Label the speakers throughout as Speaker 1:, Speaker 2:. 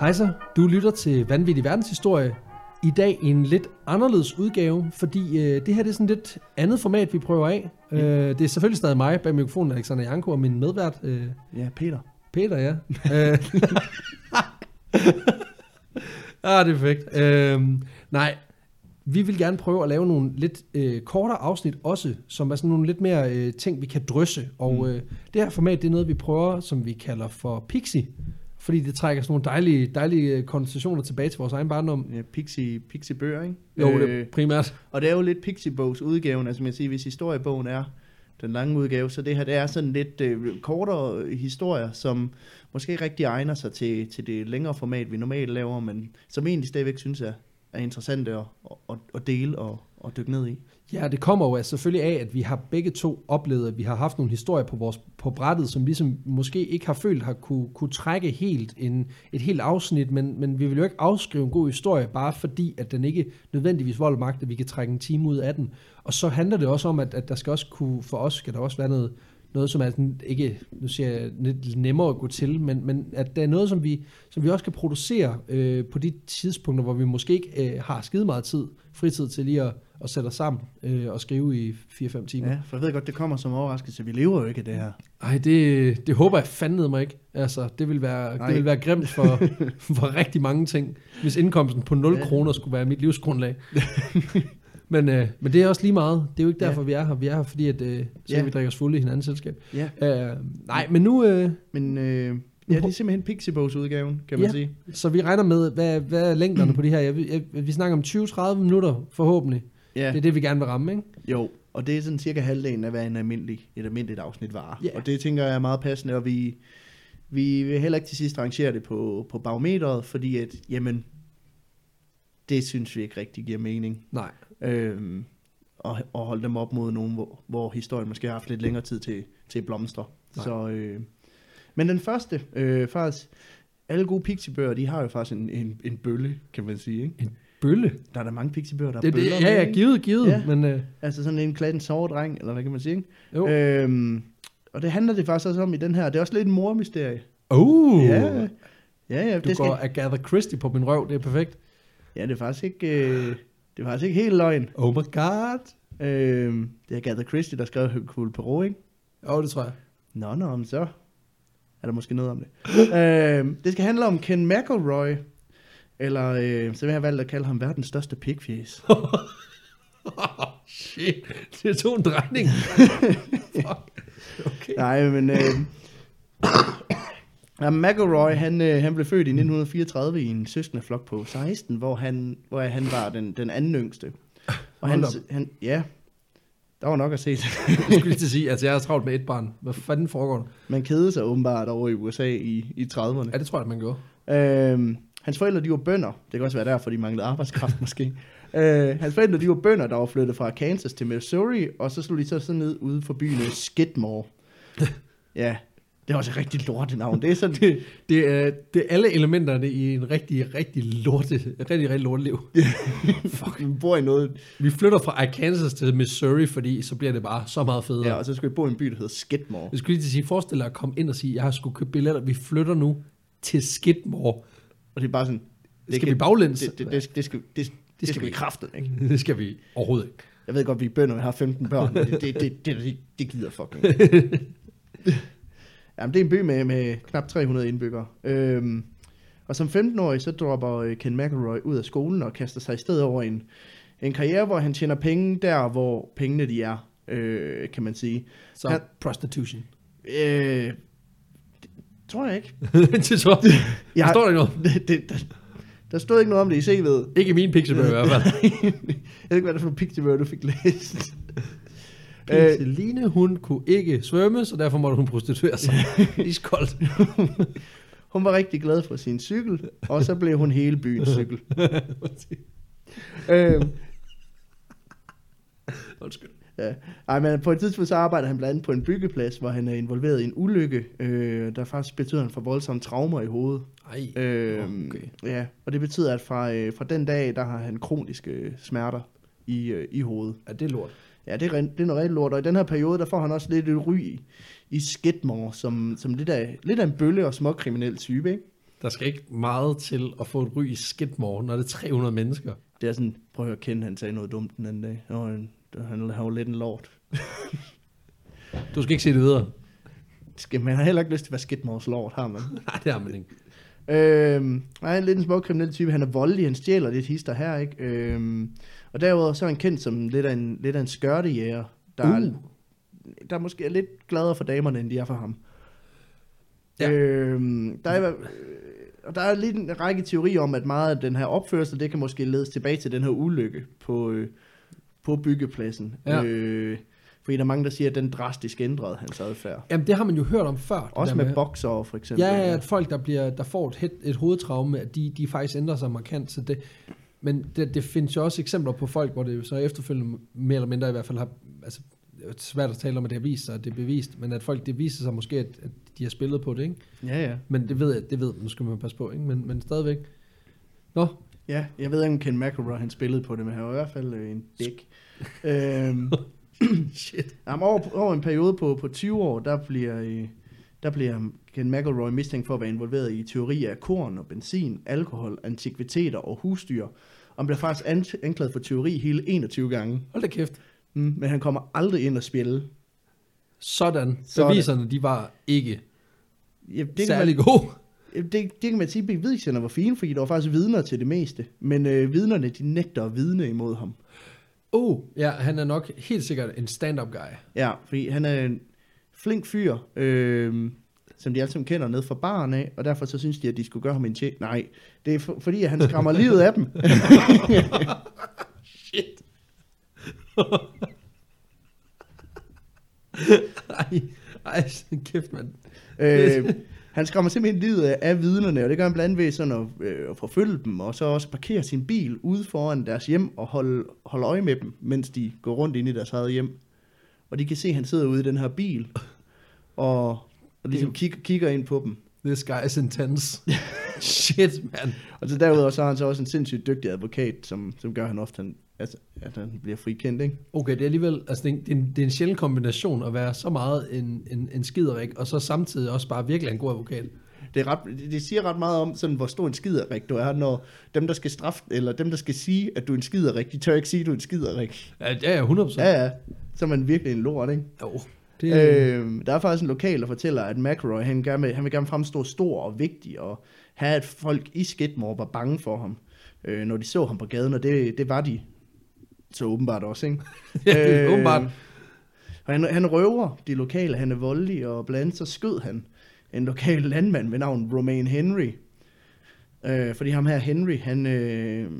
Speaker 1: Hej så, du lytter til Vanvittig Verdenshistorie. I dag en lidt anderledes udgave, fordi øh, det her det er sådan lidt andet format, vi prøver af. Øh, det er selvfølgelig stadig mig bag mikrofonen, Alexander Janko og min medvært, øh,
Speaker 2: Ja, Peter.
Speaker 1: Peter, ja. Øh. ah, det er perfekt. Øhm, nej, vi vil gerne prøve at lave nogle lidt øh, kortere afsnit også, som er sådan nogle lidt mere øh, ting, vi kan drysse. Og øh, det her format, det er noget, vi prøver, som vi kalder for Pixie. Fordi det trækker sådan nogle dejlige, dejlige øh, konversationer tilbage til vores egen barndom.
Speaker 2: Ja, Pixie, Pixie Bøger, ikke?
Speaker 1: Jo, øh. det er primært.
Speaker 2: og det er jo lidt Pixie-bogs udgaven, altså man siger, hvis historiebogen er den lange udgave, så det her det er sådan lidt øh, kortere historier, som måske ikke rigtig egner sig til, til det længere format, vi normalt laver, men som egentlig stadigvæk synes er, er interessante at, at, at dele og at dykke ned i.
Speaker 1: Ja, det kommer jo af, selvfølgelig af, at vi har begge to oplevet, at vi har haft nogle historier på, vores, på brættet, som ligesom måske ikke har følt har kunne, kunne trække helt en, et helt afsnit, men, men vi vil jo ikke afskrive en god historie, bare fordi, at den ikke nødvendigvis volder magt, at vi kan trække en time ud af den. Og så handler det også om, at, at der skal også kunne, for os skal der også være noget, noget som er sådan, ikke, nu siger jeg, lidt nemmere at gå til, men, men at der er noget, som vi, som vi også kan producere øh, på de tidspunkter, hvor vi måske ikke øh, har skide meget tid, fritid til lige at, at sætte os sammen øh, og skrive i 4-5 timer. Ja.
Speaker 2: Ja, for jeg ved godt, det kommer som overraskelse, vi lever jo ikke af det her.
Speaker 1: Ej, det, det håber jeg fandme mig ikke. Altså, det vil være,
Speaker 2: Nej.
Speaker 1: det vil være grimt for, for rigtig mange ting, hvis indkomsten på 0 ja. kroner skulle være mit livsgrundlag. men, øh, men det er også lige meget. Det er jo ikke
Speaker 2: Ja.
Speaker 1: derfor, ja. vi er her. Vi er her, fordi at, øh, så
Speaker 2: Ja.
Speaker 1: vi drikker os fulde i hinandens selskab.
Speaker 2: Ja,
Speaker 1: Øh, nej, men nu... Øh,
Speaker 2: men øh, ja, det er simpelthen Pixie-bogs udgaven, kan man
Speaker 1: Ja.
Speaker 2: sige.
Speaker 1: så vi regner med, hvad, hvad er længderne på det her? Jeg, jeg, vi snakker om 20-30 minutter, forhåbentlig. Ja. Det er det, vi gerne vil ramme, ikke?
Speaker 2: Jo, og det er sådan cirka halvdelen af, hvad en almindelig, et almindeligt afsnit var.
Speaker 1: Ja.
Speaker 2: Yeah. Og det tænker jeg er meget passende, og vi, vi vil heller ikke til sidst rangere det på, på barometeret, fordi at, jamen, det synes vi ikke rigtig giver mening.
Speaker 1: Nej.
Speaker 2: Øhm, og, og holde dem op mod nogen, hvor, hvor historien måske har haft lidt længere tid til, til at blomstre.
Speaker 1: Nej.
Speaker 2: Så, øh, men den første, øh, faktisk, alle gode pixiebøger, de har jo faktisk en, en, en bølle, kan man sige. Ikke?
Speaker 1: Bølle?
Speaker 2: Der er der mange pixiebøger, der
Speaker 1: Det,
Speaker 2: er
Speaker 1: det,
Speaker 2: bøller
Speaker 1: ja,
Speaker 2: med,
Speaker 1: ja,
Speaker 2: ikke?
Speaker 1: givet, givet. Ja.
Speaker 2: Ja.
Speaker 1: Men øh,
Speaker 2: Altså sådan en klatten soverdreng, eller hvad kan man sige, ikke?
Speaker 1: jo. Øh,
Speaker 2: Øhm, og det handler det faktisk også om i den her. Det er også lidt en mormysterie.
Speaker 1: oh!
Speaker 2: Ja, ja, ja,
Speaker 1: Du
Speaker 2: det, skal,
Speaker 1: går Agatha Christie på min røv, det er perfekt.
Speaker 2: ja det er faktisk ikke... Øh, det er faktisk ikke helt løgn.
Speaker 1: Oh my god.
Speaker 2: Øhm, det er Agatha Christie, der skrev Hercule Poirot, ikke?
Speaker 1: Åh, oh, det tror jeg.
Speaker 2: Nå, nå, men så er der måske noget om det. øhm, det skal handle om Ken McElroy, eller øh, så vil jeg have valgt at kalde ham verdens største pigfjæs.
Speaker 1: Oh, shit, det tog en drejning. Fuck. Okay.
Speaker 2: Nej, men... Øh, Ja, McElroy, han, øh, han blev født i 1934 i en søskendeflok på 16, hvor han, hvor han var den, den anden yngste. Og han,
Speaker 1: Hold
Speaker 2: han, ja, der var nok at se.
Speaker 1: Jeg skulle lige til at sige, altså jeg har travlt med et barn. Hvad fanden foregår der?
Speaker 2: Man kedede sig åbenbart over i USA i, i 30'erne.
Speaker 1: Ja, det tror jeg, at man gjorde.
Speaker 2: Øhm, hans forældre, de var bønder. Det kan også være derfor, de manglede arbejdskraft måske. Øh, hans forældre, de var bønder, der var flyttet fra Kansas til Missouri, og så slog de så sådan ned ude for byen Skidmore. ja, det er også et rigtig lortet navn. Det er sådan, det,
Speaker 1: Det er, det er alle elementerne i en rigtig, rigtig lorte, rigtig, rigtig lorteliv.
Speaker 2: fuck, vi bor i noget.
Speaker 1: Vi flytter fra Arkansas til Missouri, fordi så bliver det bare så meget federe.
Speaker 2: Ja, og så skal vi bo i en by, der hedder Skidmore.
Speaker 1: Jeg skulle lige til at sige, forestil dig at komme ind og sige, jeg har skulle købe billetter, vi flytter nu til Skidmore.
Speaker 2: Og det er bare sådan... Det
Speaker 1: Skal vi baglæns?
Speaker 2: Det, det, det, det, skal, det, det, det
Speaker 1: skal
Speaker 2: skal vi
Speaker 1: vi.
Speaker 2: kraftet, ikke?
Speaker 1: Det skal vi overhovedet ikke.
Speaker 2: Jeg ved godt, vi er bønder, vi har 15 børn, men det, det, det, det, det, det gider fucking ikke. Jamen, det er en by med, med knap 300 indbyggere. Øhm, og som 15-årig, så dropper øh, Ken McElroy ud af skolen og kaster sig i stedet over en, en karriere, hvor han tjener penge der, hvor pengene de er, øh, kan man sige.
Speaker 1: Så
Speaker 2: Han-
Speaker 1: prostitution.
Speaker 2: Øh, det tror jeg ikke.
Speaker 1: det tror jeg.
Speaker 2: Jeg
Speaker 1: Der står der ikke noget.
Speaker 2: det, det, der, der stod ikke noget om det i CV'et.
Speaker 1: Ikke i min pixiebøger i hvert fald.
Speaker 2: jeg ved ikke, hvad det er for nogle picture, du fik læst. Øh,
Speaker 1: Pinseline, hun kunne ikke svømme, så derfor måtte hun prostituere sig. Iskoldt.
Speaker 2: Hun var rigtig glad for sin cykel, og så blev hun hele byens cykel. øhm,
Speaker 1: Undskyld.
Speaker 2: ja. Ej, men på et tidspunkt så arbejder han blandt andet på en byggeplads, hvor han er involveret i en ulykke, øh, der faktisk betyder, at han får voldsomme traumer i hovedet.
Speaker 1: Ej.
Speaker 2: Øhm,
Speaker 1: Okay.
Speaker 2: okay. Ja, og det betyder, at fra, øh, fra den dag, der har han kroniske øh, smerter i, øh, i hovedet.
Speaker 1: Ja, det er lort.
Speaker 2: Ja, det er, ren- det er noget rigtig lort, og i den her periode, der får han også lidt et ry i, i Skidmore, som, som lidt, af, lidt af en bølle og småkriminel type, ikke?
Speaker 1: Der skal ikke meget til at få et ry i Skidmore, når det er 300 mennesker.
Speaker 2: Det er sådan, prøv at høre, Ken, han sagde noget dumt den anden dag. Og han, han, han var lidt en lort.
Speaker 1: Du skal ikke se det videre.
Speaker 2: Skal, man har heller ikke lyst til at være skidmors lort, har man.
Speaker 1: Nej, det har man ikke.
Speaker 2: Øhm, nej, han er lidt en små kriminel type. Han er voldelig, han stjæler lidt hister her, ikke? Øhm, og derudover så er han kendt som lidt af en, lidt af en skørtejæger, der, uh. er, der måske er lidt gladere for damerne, end de er for ham.
Speaker 1: Ja.
Speaker 2: Ja. Øhm, der er, i hver- øh, og der er lidt en række teorier om, at meget af den her opførsel, det kan måske ledes tilbage til den her ulykke på, øh, på byggepladsen.
Speaker 1: Ja.
Speaker 2: Øh, fordi der er mange, der siger, at den drastisk ændrede hans adfærd.
Speaker 1: Jamen, det har man jo hørt om før. det
Speaker 2: Også
Speaker 1: der
Speaker 2: med bokser for eksempel.
Speaker 1: Ja, ja, at folk, der, bliver, der får et, het- et hovedtraume, at de, de faktisk ændrer sig markant. Så det, men det, det findes jo også eksempler på folk, hvor det jo så efterfølgende mere eller mindre i hvert fald har... Altså, det er jo svært at tale om, at det har vist sig, at det er bevist, men at folk, det viser sig måske, at, at de har spillet på det, ikke?
Speaker 2: ja, ja.
Speaker 1: Men det ved jeg, det ved man, skal man passe på, ikke? Men, men stadigvæk. Nå,
Speaker 2: Ja, jeg ved ikke, om Ken McElroy han spillede på det, men han var i hvert fald øh, en dæk. øhm,
Speaker 1: shit.
Speaker 2: jamen, over, over en periode på, på 20 år, der bliver, øh, der bliver Ken McElroy mistænkt for at være involveret i teorier af korn og benzin, alkohol, antikviteter og husdyr. Og han bliver faktisk an- anklaget for teori hele 21 gange,
Speaker 1: Hold da kæft.
Speaker 2: mm, men han kommer aldrig ind og spille.
Speaker 1: Sådan.
Speaker 2: Sådan.
Speaker 1: Beviserne, de var ikke
Speaker 2: Ja,
Speaker 1: det
Speaker 2: det, kan man,
Speaker 1: særlig gode.
Speaker 2: det, det kan man sige, at beviserne var fine, fordi der var faktisk vidner til det meste. Men øh, vidnerne, de nægter at vidne imod ham.
Speaker 1: Oh, ja, han er nok helt sikkert en stand-up guy.
Speaker 2: Ja, fordi han er en flink fyr, øh, som de alle sammen kender ned fra baren af, og derfor så synes de, at de skulle gøre ham en tjek. Nej, det er for, fordi, at han skræmmer livet af dem.
Speaker 1: Shit. ej, ej, sådan kæft, mand.
Speaker 2: Øh, han skræmmer simpelthen livet af, af vidnerne, og det gør han blandt andet ved sådan at, øh, at forfølge dem, og så også parkere sin bil ude foran deres hjem og holde, holde øje med dem, mens de går rundt inde i deres eget hjem. Og de kan se, at han sidder ude i den her bil, og, og ligesom kig, kigger ind på dem.
Speaker 1: This guy is intense. Shit, mand.
Speaker 2: Og så derudover så har han så også en sindssygt dygtig advokat, som, som gør at han ofte, han, altså, at han bliver frikendt, ikke?
Speaker 1: Okay, det er alligevel, altså det er, en, det, er en, det er en sjælden kombination at være så meget en, en, en skiderik, og så samtidig også bare virkelig en god advokat.
Speaker 2: Det, er ret, det siger ret meget om, sådan, hvor stor en skiderik du er, når dem, der skal straffe, eller dem, der skal sige, at du er en skiderik, de tør ikke sige, at du er en skiderik.
Speaker 1: Ja, ja, 100%. Ja.
Speaker 2: Ja, ja. Så er man virkelig en lort, ikke?
Speaker 1: Jo, det, øh.
Speaker 2: Øh, der er faktisk en lokal, der fortæller, at McElroy, han, gerne vil, han vil gerne fremstå stor og vigtig, og have, at folk i Skidmore var bange for ham, øh, når de så ham på gaden, og det, det var de så åbenbart også, ikke?
Speaker 1: ja, det er åbenbart.
Speaker 2: Øh, Og han, han røver de lokale, han er voldelig, og blandt andet så skød han en lokal landmand ved navn Romain Henry. Øh, fordi ham her Henry, han, øh,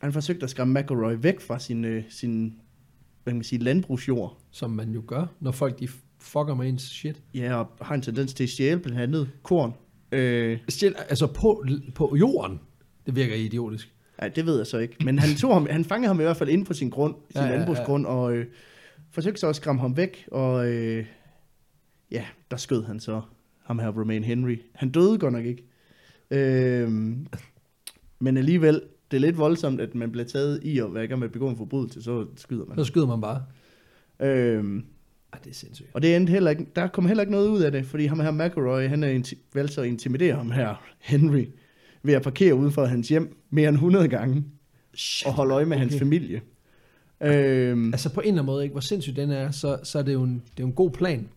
Speaker 2: han forsøgte at skræmme McElroy væk fra sin, øh, sin hvad kan man sige, landbrugsjord.
Speaker 1: Som man jo gør, når folk de fucker med ens shit.
Speaker 2: Ja, og har en tendens til at stjæle blandt andet korn. Øh,
Speaker 1: Shit, altså på, på jorden, det virker idiotisk.
Speaker 2: ej, det ved jeg så ikke. Men han, tog ham, han fangede ham i hvert fald inde på sin grund, sin
Speaker 1: Ja,
Speaker 2: ja,
Speaker 1: ja, ja.
Speaker 2: landbrugsgrund, og øh, forsøgte så at skræmme ham væk, og øh, ja, der skød han så ham her, Romain Henry. Han døde godt nok ikke. Øh, men alligevel, det er lidt voldsomt, at man bliver taget i at være i gang med at begå en forbrydelse, så skyder man.
Speaker 1: Så skyder man bare.
Speaker 2: Øh,
Speaker 1: Ej, det er sindssygt.
Speaker 2: og det endte heller ikke, der kom heller ikke noget ud af det, fordi ham her McElroy, han er inti- valgte så at intimidere ham her, Henry, ved at parkere uden for hans hjem mere end 100 gange
Speaker 1: Shit.
Speaker 2: og holde øje med okay. hans familie. Øhm,
Speaker 1: Altså på en eller anden måde, ikke, hvor sindssygt den er, så, så er det jo en, det er jo en god plan.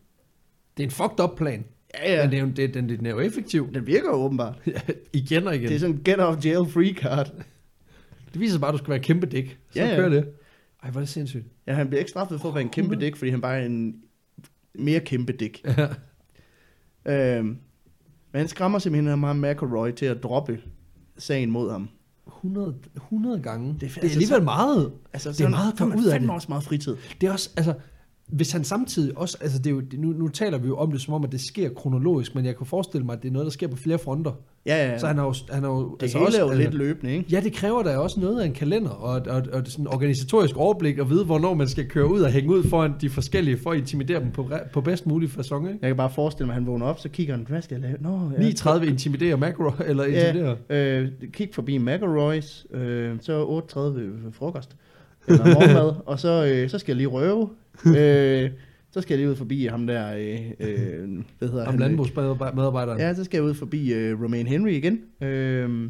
Speaker 1: Det er en fucked up plan.
Speaker 2: ja, ja,
Speaker 1: Altså, Men det er jo, det, den, den er jo effektiv.
Speaker 2: den virker jo åbenbart.
Speaker 1: Ja, igen og igen.
Speaker 2: Det er
Speaker 1: Det,
Speaker 2: sådan en get off jail free card.
Speaker 1: det viser bare, at du skal være en kæmpe dæk. Så
Speaker 2: Ja, ja.
Speaker 1: kører det. Ej, hvor er det sindssygt.
Speaker 2: Ja, han bliver ikke straffet for at være en kæmpe dæk, fordi han bare er en mere kæmpe dæk.
Speaker 1: Ja.
Speaker 2: Øhm, men han skræmmer simpelthen ham her McElroy til at droppe sagen mod ham.
Speaker 1: 100, 100 gange. Det,
Speaker 2: Det
Speaker 1: er,
Speaker 2: er-
Speaker 1: det er alligevel meget.
Speaker 2: Altså,
Speaker 1: Det er
Speaker 2: sådan-
Speaker 1: meget at
Speaker 2: så er
Speaker 1: komme
Speaker 2: man
Speaker 1: ud af
Speaker 2: fandme
Speaker 1: det.
Speaker 2: også meget fritid.
Speaker 1: Det er også, altså, hvis han samtidig også, altså det er jo, det- nu, nu taler vi jo om det, som om, at det sker kronologisk, men jeg kan forestille mig, at det er noget, der sker på flere fronter.
Speaker 2: Ja, ja, ja.
Speaker 1: Så han har jo, han har jo
Speaker 2: det altså hele
Speaker 1: også,
Speaker 2: også, er jo
Speaker 1: altså-
Speaker 2: lidt løbende, ikke?
Speaker 1: Ja, det kræver da også noget af en kalender og, og, og, og sådan organisatorisk overblik og vide, hvornår man skal køre ud og hænge ud foran de forskellige for at intimidere dem på, re- på bedst mulig façon. Ikke?
Speaker 2: Jeg kan bare forestille mig, at han vågner op, så kigger han, hvad skal jeg lave? Nå, ja.
Speaker 1: 39 intimiderer Macro, eller intimiderer.
Speaker 2: ja,
Speaker 1: Yeah.
Speaker 2: øh, kig forbi McElroy's, øh, så 8.30 ved frokost, eller morgenmad, og så, øh, så skal jeg lige røve. Øh, Så skal jeg lige ud forbi ham der, øh, øh, hvad hedder
Speaker 1: Om
Speaker 2: han?
Speaker 1: landbrugsmedarbejderen. Ja.
Speaker 2: Ja, så skal jeg ud forbi øh, Romain Henry igen. Øh,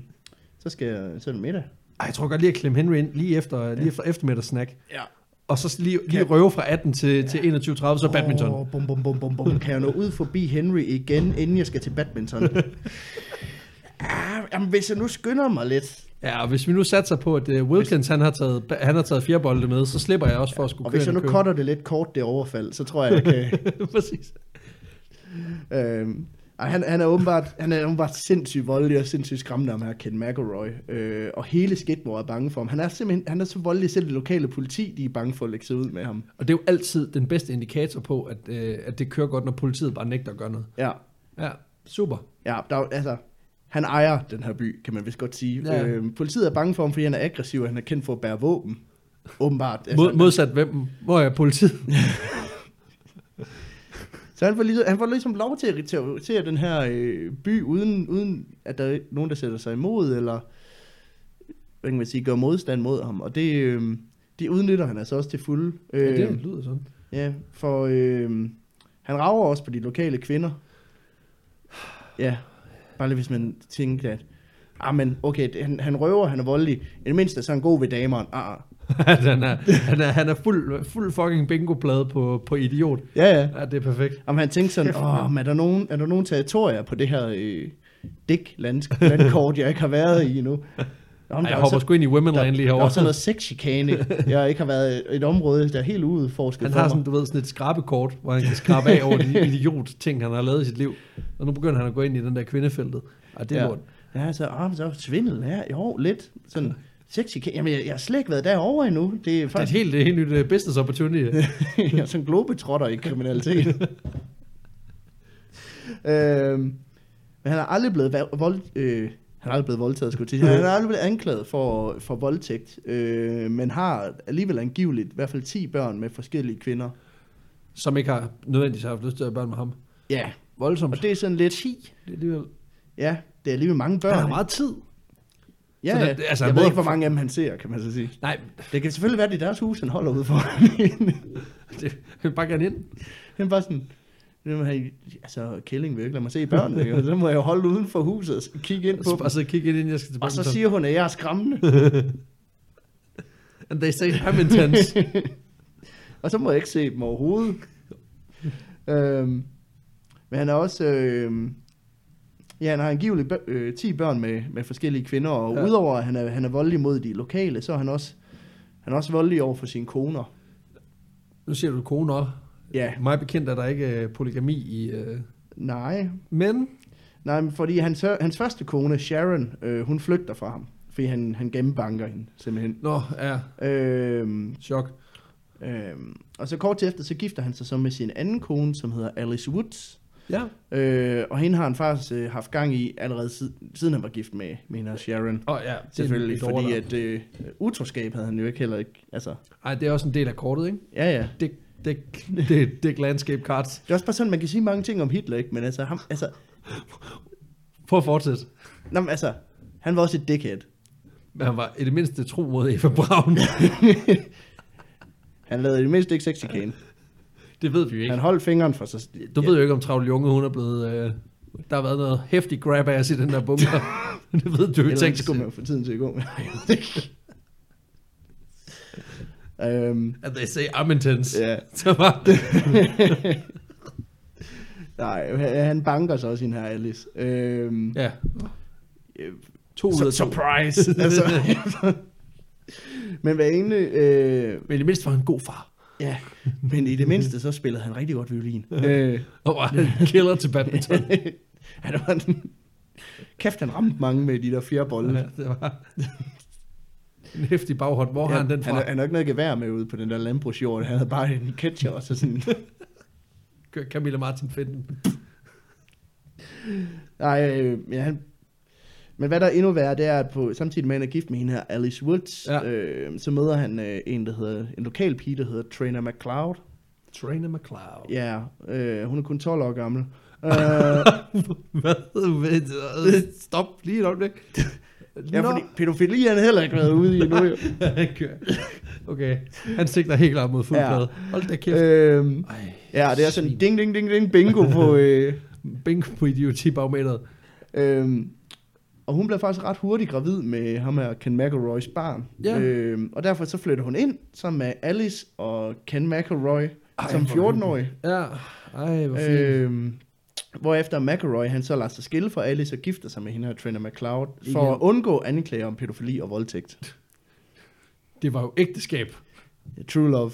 Speaker 2: så skal jeg selv middag.
Speaker 1: Ej, jeg tror godt lige at klemme Henry ind lige efter, ja. lige efter eftermiddagssnack.
Speaker 2: Ja.
Speaker 1: Og så lige, lige røve fra 18 til, ja. til 21.30, så badminton.
Speaker 2: Åh, bum, bum, bum, bum, bum. Kan jeg nå ud forbi Henry igen, inden jeg skal til badminton? ah, jamen, hvis jeg nu skynder mig lidt,
Speaker 1: Ja, og hvis vi nu satser på, at uh, Wilkins han har, taget, han har taget fjerbolde med, så slipper jeg også for at skulle
Speaker 2: og hvis jeg
Speaker 1: ind
Speaker 2: nu
Speaker 1: og købe.
Speaker 2: cutter det lidt kort, det overfald, så tror jeg, jeg kan...
Speaker 1: Præcis.
Speaker 2: Øhm, ej, han, han, er åbenbart, han er åbenbart sindssygt voldelig og sindssygt skræmmende om her, Ken McElroy. Øh, og hele Skidmore er bange for ham. Han er simpelthen han er så voldelig, selv det lokale politi, de er bange for at lægge sig ud med ham.
Speaker 1: Og det er jo altid den bedste indikator på, at, øh, at det kører godt, når politiet bare nægter at gøre noget.
Speaker 2: Ja,
Speaker 1: Ja, super.
Speaker 2: ja der, er jo- altså, han ejer den her by, kan man vist godt sige.
Speaker 1: Ja.
Speaker 2: Ja. Øh, politiet er bange for ham, fordi han er aggressiv, og han er kendt for at bære våben. Åbenbart. Altså,
Speaker 1: Mod, modsat hvem? Hvor er politiet?
Speaker 2: Så han får, ligesom, han får ligesom lov til at irritere den her øh, by, uden, uden at der er nogen, der sætter sig imod, eller hvad kan man sige, gør modstand mod ham. Og det, øh, det udnytter han altså også til fulde. Øh,
Speaker 1: Ja, det lyder sådan.
Speaker 2: ja, for øh, han rager også på de lokale kvinder. Ja, bare lige hvis man tænker, at ah, men okay, det, han, han røver, han er voldelig. I det mindste så er han god ved dameren. Ah, ah.
Speaker 1: han, er, han, er, han er fuld, fuld fucking bingoplade på, på idiot.
Speaker 2: ja, ja.
Speaker 1: Ja, det er perfekt.
Speaker 2: Om han tænkte sådan,
Speaker 1: Kæft,
Speaker 2: åh, men er der, nogen, er der nogen territorier på det her øh, dæk landkort, jeg ikke har været i endnu? Nå, men
Speaker 1: Ej, jeg
Speaker 2: der er
Speaker 1: hopper
Speaker 2: så-
Speaker 1: sgu ind i Womenland lige
Speaker 2: der er
Speaker 1: herovre.
Speaker 2: også sådan noget sexchikane. Jeg ikke har været i et område, der er helt uudforsket
Speaker 1: Han
Speaker 2: for
Speaker 1: har
Speaker 2: mig.
Speaker 1: sådan, du ved, sådan et skrabekort, hvor han kan skrabe af over de idiot-ting, han har lavet i sit liv. Og nu begynder han at gå ind i den der kvindefeltet. Og det er
Speaker 2: Ja.
Speaker 1: lort.
Speaker 2: Ja, så, ah, men så er svindel, ja, jo, lidt. Sådan sexchikane. Jamen, jeg, jeg har slet ikke været derovre endnu. Det er
Speaker 1: Det er et
Speaker 2: faktisk
Speaker 1: helt, det er et helt nyt øh, business opportunity.
Speaker 2: jeg er sådan globetrotter i kriminalitet. øhm, men han er aldrig blevet va- vold, øh, han er aldrig blevet voldtaget, skulle jeg til. at sige. Han er aldrig blevet anklaget for, for voldtægt, øh, men har alligevel angiveligt i hvert fald 10 børn med forskellige kvinder.
Speaker 1: som ikke har nødvendigvis haft lyst til at børn med ham.
Speaker 2: Ja,
Speaker 1: Voldsomt.
Speaker 2: og det er sådan lidt... 10?
Speaker 1: Det er alligevel...
Speaker 2: Ja, det er alligevel mange børn.
Speaker 1: Han har
Speaker 2: ikke?
Speaker 1: meget tid.
Speaker 2: ja,
Speaker 1: så
Speaker 2: ja.
Speaker 1: der- det- altså,
Speaker 2: jeg ved
Speaker 1: både-
Speaker 2: ikke, hvor mange af dem han ser, kan man så sige.
Speaker 1: Nej,
Speaker 2: Det kan selvfølgelig være, det er deres hus, han holder ude for.
Speaker 1: det, jeg vil bare gerne ind.
Speaker 2: han var sådan... Det må have, altså, Killing vil ikke lade mig se børnene, jo. så må jeg jo holde uden for huset og kigge ind
Speaker 1: Og
Speaker 2: på
Speaker 1: så
Speaker 2: dem.
Speaker 1: bare sidde og kigge ind, inden jeg skal til
Speaker 2: Og så
Speaker 1: badminton.
Speaker 2: siger hun, at jeg er skræmmende.
Speaker 1: And they say I'm intense.
Speaker 2: og så må jeg ikke se dem overhovedet. øhm, men han er også... Øhm, ja, han har angiveligt bør- øh, 10 børn med, med forskellige kvinder, og
Speaker 1: Ja.
Speaker 2: ja. udover at han er, han er voldelig mod de lokale, så er han også, han er også voldelig over for sine koner.
Speaker 1: nu siger du koner.
Speaker 2: Ja,
Speaker 1: Mig bekendt er der ikke øh, polygami i... Øh.
Speaker 2: nej.
Speaker 1: Men
Speaker 2: Nej, men fordi hans, hans første kone, Sharon, øh, hun flygter fra ham, fordi han, han gennembanker hende, simpelthen.
Speaker 1: Nå, ja,
Speaker 2: Øhm,
Speaker 1: chok.
Speaker 2: øhm, og så kort til efter, så gifter han sig så med sin anden kone, som hedder Alice Woods.
Speaker 1: Ja,
Speaker 2: Øh, og hende har han faktisk øh, haft gang i allerede siden, siden han var gift med, med hende og Sharon.
Speaker 1: og ja, det er
Speaker 2: Selvfølgelig,
Speaker 1: et
Speaker 2: fordi
Speaker 1: overlap.
Speaker 2: at øh, utroskab havde han jo ikke heller ikke. Altså,
Speaker 1: Ej, det er også en del af kortet, ikke?
Speaker 2: ja ja.
Speaker 1: Det, det, det, det er landscape cards.
Speaker 2: Det er også bare sådan, man kan sige mange ting om Hitler, ikke? Men altså, ham, altså,
Speaker 1: Prøv at fortsætte.
Speaker 2: nå, men altså han var også et dickhead.
Speaker 1: Men han var i det mindste tro mod Eva Braun.
Speaker 2: Han lavede i det mindste ikke sexikane.
Speaker 1: det ved vi jo ikke.
Speaker 2: Han holdt fingeren for sig.
Speaker 1: Du ved jo ikke, om Travl Junge, hun er blevet... Øh, der har været noget heftig grab ass i den der bunker. det ved du jo
Speaker 2: Eller ikke
Speaker 1: ikke.
Speaker 2: skulle man jo få tiden til at gå. øhm,
Speaker 1: At they say I'm intense.
Speaker 2: ja.
Speaker 1: Så var det.
Speaker 2: Nej, han banker så også hende her, Alice. Øhm,
Speaker 1: Ja.
Speaker 2: ja.
Speaker 1: Øh, To ud af to.
Speaker 2: Surprise! altså, men hvad egentlig... Øh,
Speaker 1: Men i det mindste var han en god far.
Speaker 2: ja, men i det mindste, så spillede han rigtig godt violin. øh,
Speaker 1: Og var en killer til badminton.
Speaker 2: han var en, kæft, han ramte mange med de der fjerde bolde.
Speaker 1: ja, det var en heftig baghånd. Hvor har han den
Speaker 2: han,
Speaker 1: fra?
Speaker 2: har- han har ikke noget gevær med ude på den der landbrugsjord. Han havde bare en ketcher og så sådan...
Speaker 1: Kør Camilla Martin Finden.
Speaker 2: Nej, øh, men han... Men hvad der er endnu værre, det er, at på, samtidig med, at han er gift med hende her, Alice Woods,
Speaker 1: Ja.
Speaker 2: ja. øh, så møder han øh, en, der hedder, en lokal pige, der hedder Trainer McCloud.
Speaker 1: Trainer McCloud.
Speaker 2: Ja, øh, hun er kun 12 år gammel. Øh,
Speaker 1: Hvad? Hvad? Stop lige et øjeblik.
Speaker 2: Ja,
Speaker 1: Nå.
Speaker 2: fordi pædofili har han heller ikke været ude i endnu. jo.
Speaker 1: Kør. okay, han sigter helt op mod fuld
Speaker 2: Ja.
Speaker 1: plade. Hold da kæft.
Speaker 2: øhm,
Speaker 1: Ej,
Speaker 2: ja, det er sådan
Speaker 1: svin.
Speaker 2: ding, ding, ding, ding, bingo på... Øh,
Speaker 1: Bing på idiotibarometeret.
Speaker 2: Øhm, og hun blev faktisk ret hurtigt gravid med ham her, Ken McElroys barn.
Speaker 1: Ja.
Speaker 2: Øhm, og derfor så flytter hun ind sammen med Alice og Ken McElroy
Speaker 1: Ej,
Speaker 2: Ej, som
Speaker 1: hvor
Speaker 2: 14-årig.
Speaker 1: Ja, ej, hvor fint. Øh,
Speaker 2: Øhm, hvorefter McElroy han så lader sig skille fra Alice og gifter sig med hende her, Trina McCloud, for
Speaker 1: Igen.
Speaker 2: at undgå anklager om pædofili og voldtægt.
Speaker 1: det var jo ægteskab.
Speaker 2: True love.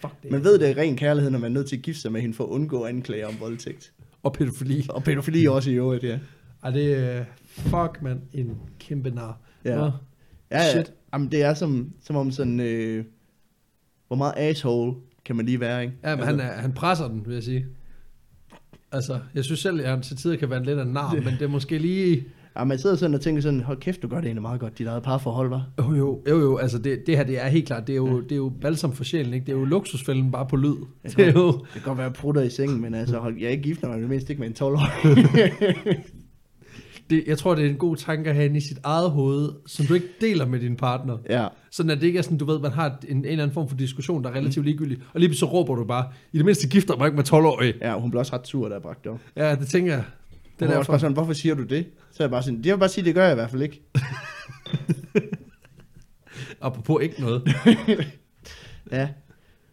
Speaker 1: Fuck det.
Speaker 2: Man ved, det er ren kærlighed, når man er nødt til at gifte sig med hende for at undgå anklager om voldtægt.
Speaker 1: Og pædofili.
Speaker 2: Og pædofili
Speaker 1: Mm.
Speaker 2: også i øvrigt, ja.
Speaker 1: Ej, det er... Fuck, man. En kæmpe nar.
Speaker 2: Ja.
Speaker 1: Nå,
Speaker 2: Ja, ja.
Speaker 1: Shit.
Speaker 2: Jamen, det er som, som om sådan, øh, hvor meget asshole kan man lige være, ikke? Altså,
Speaker 1: Ja, men han, er, han presser den, vil jeg sige. Altså, jeg synes selv, at han til tider kan være lidt af en nar, men det er måske lige...
Speaker 2: Ja, man sidder sådan og tænker sådan, hold kæft, du gør det egentlig meget godt, dit eget parforhold, var.
Speaker 1: Jo, jo, jo, jo altså det, det her, det er helt klart, det er jo, det er jo balsam for sjælen, ikke? Det er jo luksusfælden bare på lyd. Det er jo...
Speaker 2: Altså, Det kan godt være at prutter i sengen, men altså, hold, jeg er ikke gift, når man er mindst ikke med en 12 år.
Speaker 1: Det, jeg tror, det er en god tanke at have inde i sit eget hoved, som du ikke deler med din partner.
Speaker 2: ja.
Speaker 1: Sådan at det ikke er sådan, du ved, man har en, en eller anden form for diskussion, der er
Speaker 2: Mm.
Speaker 1: relativt ligegyldig. Og lige pludselig så råber du bare, i det mindste gifter mig ikke med 12-årige.
Speaker 2: ja, hun blev også ret sur, der bragt det op.
Speaker 1: Ja, det tænker jeg.
Speaker 2: Det
Speaker 1: Det
Speaker 2: er
Speaker 1: er
Speaker 2: også
Speaker 1: derfor.
Speaker 2: bare sådan, hvorfor siger du det? Så er jeg bare sådan, det vil bare sige, det gør jeg i hvert fald ikke.
Speaker 1: Apropos ikke noget.
Speaker 2: Ja,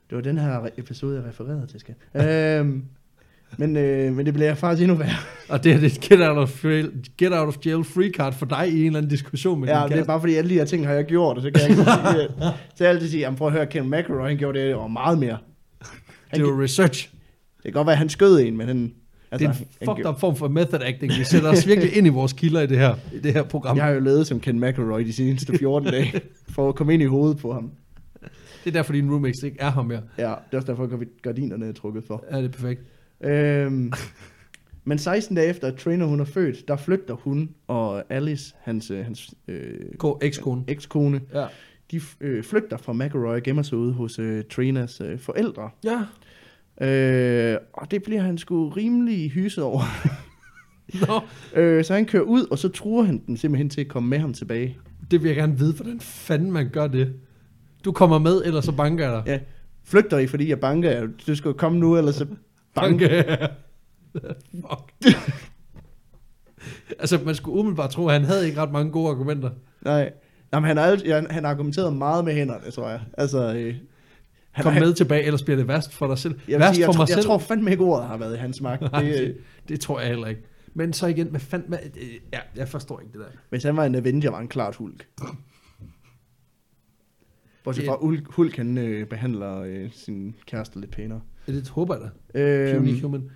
Speaker 2: det var den her episode, jeg refererede til, skal. øhm, men, øh, men det bliver faktisk endnu værre.
Speaker 1: Og det her, det er et get out of, jail, get out of jail free card for dig i en eller anden diskussion med
Speaker 2: Ja,
Speaker 1: din
Speaker 2: det er
Speaker 1: kæreste.
Speaker 2: bare fordi, alle de her ting har jeg gjort, og så kan jeg ikke sige det. Så jeg altid sige, jamen prøv at høre, Ken McElroy, han gjorde det, og meget mere.
Speaker 1: Det er jo research.
Speaker 2: Det kan godt være, at han skød en, men han...
Speaker 1: Det
Speaker 2: altså,
Speaker 1: er en
Speaker 2: han
Speaker 1: fucked
Speaker 2: gjorde-
Speaker 1: up form for method acting. Vi sætter os virkelig ind i vores kilder i det her, i det her program.
Speaker 2: Jeg har jo levet som Ken McElroy de seneste 14 dage, for at komme ind i hovedet på ham.
Speaker 1: Det er derfor, din roommates ikke er her mere.
Speaker 2: Ja, det er også derfor, at gardinerne er trukket for.
Speaker 1: Ja, det er perfekt.
Speaker 2: Øhm, men 16 dage efter, at Trainer hun er født, der flygter hun og Alice, hans, øh, hans øh,
Speaker 1: K, ekskone.
Speaker 2: ekskone,
Speaker 1: Ja.
Speaker 2: de øh, flygter fra McElroy og gemmer sig ude hos øh, Trinas øh, forældre.
Speaker 1: Ja.
Speaker 2: Øh, og det bliver han sgu rimelig hyset over.
Speaker 1: Nå,
Speaker 2: Øh, så han kører ud, og så truer han den simpelthen til at komme med ham tilbage.
Speaker 1: det vil jeg gerne vide, hvordan fanden man gør det. Du kommer med, eller så banker jeg dig.
Speaker 2: Ja, flygter I, fordi jeg banker jer? Du skal jo komme nu, ellers så banker
Speaker 1: Fuck. altså, man skulle umiddelbart tro, at han havde ikke ret mange gode argumenter.
Speaker 2: Nej. Jamen, han har, alt, han, han har argumenteret meget med hænderne, tror jeg. Altså, øh, han,
Speaker 1: Kom
Speaker 2: han-
Speaker 1: med tilbage, ellers bliver det værst for dig selv.
Speaker 2: Jeg, vil
Speaker 1: værst
Speaker 2: sige, jeg,
Speaker 1: for
Speaker 2: tror,
Speaker 1: mig
Speaker 2: jeg
Speaker 1: selv.
Speaker 2: tror fandme ikke, ordet har været i hans magt.
Speaker 1: Nej,
Speaker 2: Det, øh,
Speaker 1: det, det tror jeg heller ikke. Men så igen, hvad fanden... Hvad, øh, ja, jeg forstår ikke det der.
Speaker 2: hvis han var en Avenger, var han klart Hulk. Bortset
Speaker 1: Det-
Speaker 2: fra, Hulk, Hulk han øh, behandler øh, sin kæreste lidt pænere.
Speaker 1: Ja, Det håber jeg da. Puny
Speaker 2: Øh,
Speaker 1: human.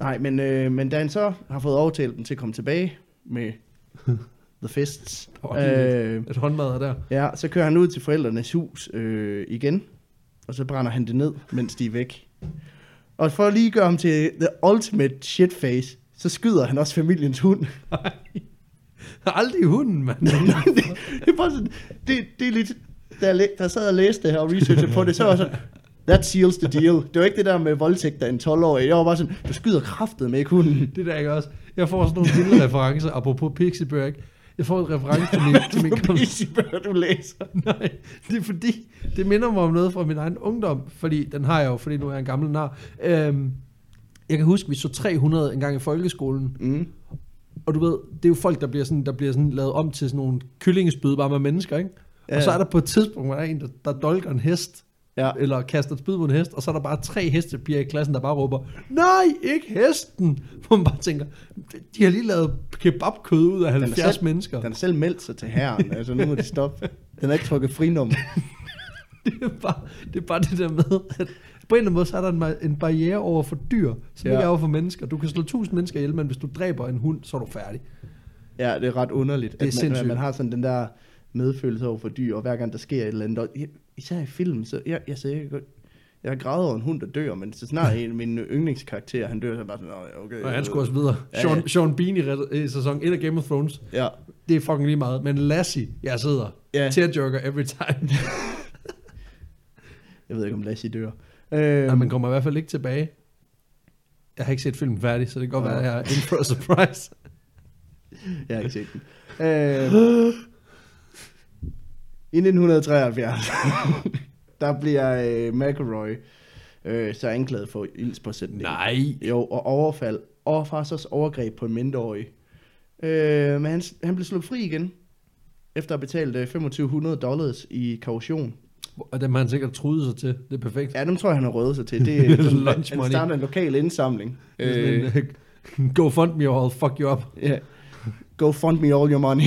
Speaker 2: nej, men, øh, men da han så har fået overtalt den til at komme tilbage med The Fists,
Speaker 1: Åh,
Speaker 2: øh,
Speaker 1: Et håndmadder der.
Speaker 2: ja, så kører han ud til forældrenes hus øh, igen, og så brænder han det ned, mens de er væk. Og for at lige gøre ham til the ultimate shitface, så skyder han også familiens hund.
Speaker 1: Aldrig hunden, mand.
Speaker 2: det, det, er bare sådan, det, det er lidt, da jeg, læ- da jeg sad og læste det her og researchede på det, så var jeg sådan, that seals the deal. Det var ikke det der med voldtægt af en 12-årig. Jeg var bare sådan, du skyder kraftet med ikke hunden.
Speaker 1: Det der ikke også. Jeg får sådan nogle vilde referencer, apropos Pixie ikke? Jeg får en reference til min, til min kom-
Speaker 2: Hvad du læser?
Speaker 1: Nej, det er fordi, det minder mig om noget fra min egen ungdom, fordi den har jeg jo, fordi nu er jeg en gammel nar. Øhm, jeg kan huske, vi så 300 en gang i folkeskolen,
Speaker 2: Mm.
Speaker 1: og du ved, det er jo folk, der bliver sådan, der bliver sådan lavet om til sådan nogle kyllingespyd bare med mennesker, ikke? Ja.
Speaker 2: Ja.
Speaker 1: Og så er der på et tidspunkt, hvor der er en, der, der dolker en hest,
Speaker 2: Ja.
Speaker 1: eller kaster et spyd mod en hest, og så er der bare tre hestepiger i klassen, der bare råber, nej, ikke hesten! Hvor man bare tænker, de har lige lavet kebabkød ud af 70
Speaker 2: selv-
Speaker 1: mennesker.
Speaker 2: Den har selv meldt sig til herren. Altså, nu må de stoppe. Den er ikke trukket frinummer.
Speaker 1: Det er, bare, det er bare det der med, at på en eller anden måde, så er der en, ma- en barriere over for dyr, som ja.
Speaker 2: Ja.
Speaker 1: ikke er over for mennesker. Du kan slå tusind mennesker ihjel, men hvis du dræber en hund, så er du færdig.
Speaker 2: Ja, det er ret underligt.
Speaker 1: er
Speaker 2: at man,
Speaker 1: sindssygt.
Speaker 2: man har sådan den der medfølelse over for dyr, og hver gang der sker et eller andet, og især i film, så jeg, jeg, så jeg, kan godt- jeg har grædet over en hund, der dør, men så snart en af mine yndlingskarakterer, han dør, så er jeg bare sådan, "Nå, ja, okay.
Speaker 1: Og
Speaker 2: jeg
Speaker 1: han skulle
Speaker 2: ved."
Speaker 1: også videre.
Speaker 2: Ja,
Speaker 1: Sean,
Speaker 2: ja.
Speaker 1: Sean Bean i, red- i sæson 1 af Game of Thrones,
Speaker 2: Ja,
Speaker 1: det er fucking lige meget. Men Lassie, jeg sidder,
Speaker 2: Ja.
Speaker 1: ja. tearjerker every time.
Speaker 2: jeg ved ikke, om Lassie dør. Øh,
Speaker 1: Ja, man kommer i hvert fald ikke tilbage. Jeg har ikke set filmen færdig, så det kan godt
Speaker 2: Nå.
Speaker 1: være, at jeg er in for a surprise.
Speaker 2: Jeg har ikke set den. Øh, I 1973, der bliver øh, McElroy øh, så anklaget for ildspåsætning.
Speaker 1: Nej.
Speaker 2: Jo, og overfald. Og faktisk også overgreb på en mindreårig. Øh, men han, han blev sluppet fri igen, efter at have betalt øh, 2500 dollars i kaution.
Speaker 1: Og dem har han sikkert truet sig til. Det er perfekt.
Speaker 2: Ja, dem tror jeg, han har røget sig til. Det er sådan,
Speaker 1: Lunch
Speaker 2: han
Speaker 1: money.
Speaker 2: starter en lokal indsamling.
Speaker 1: Øh. Go fund me or I'll fuck you up.
Speaker 2: Ja. Go fund me all your money.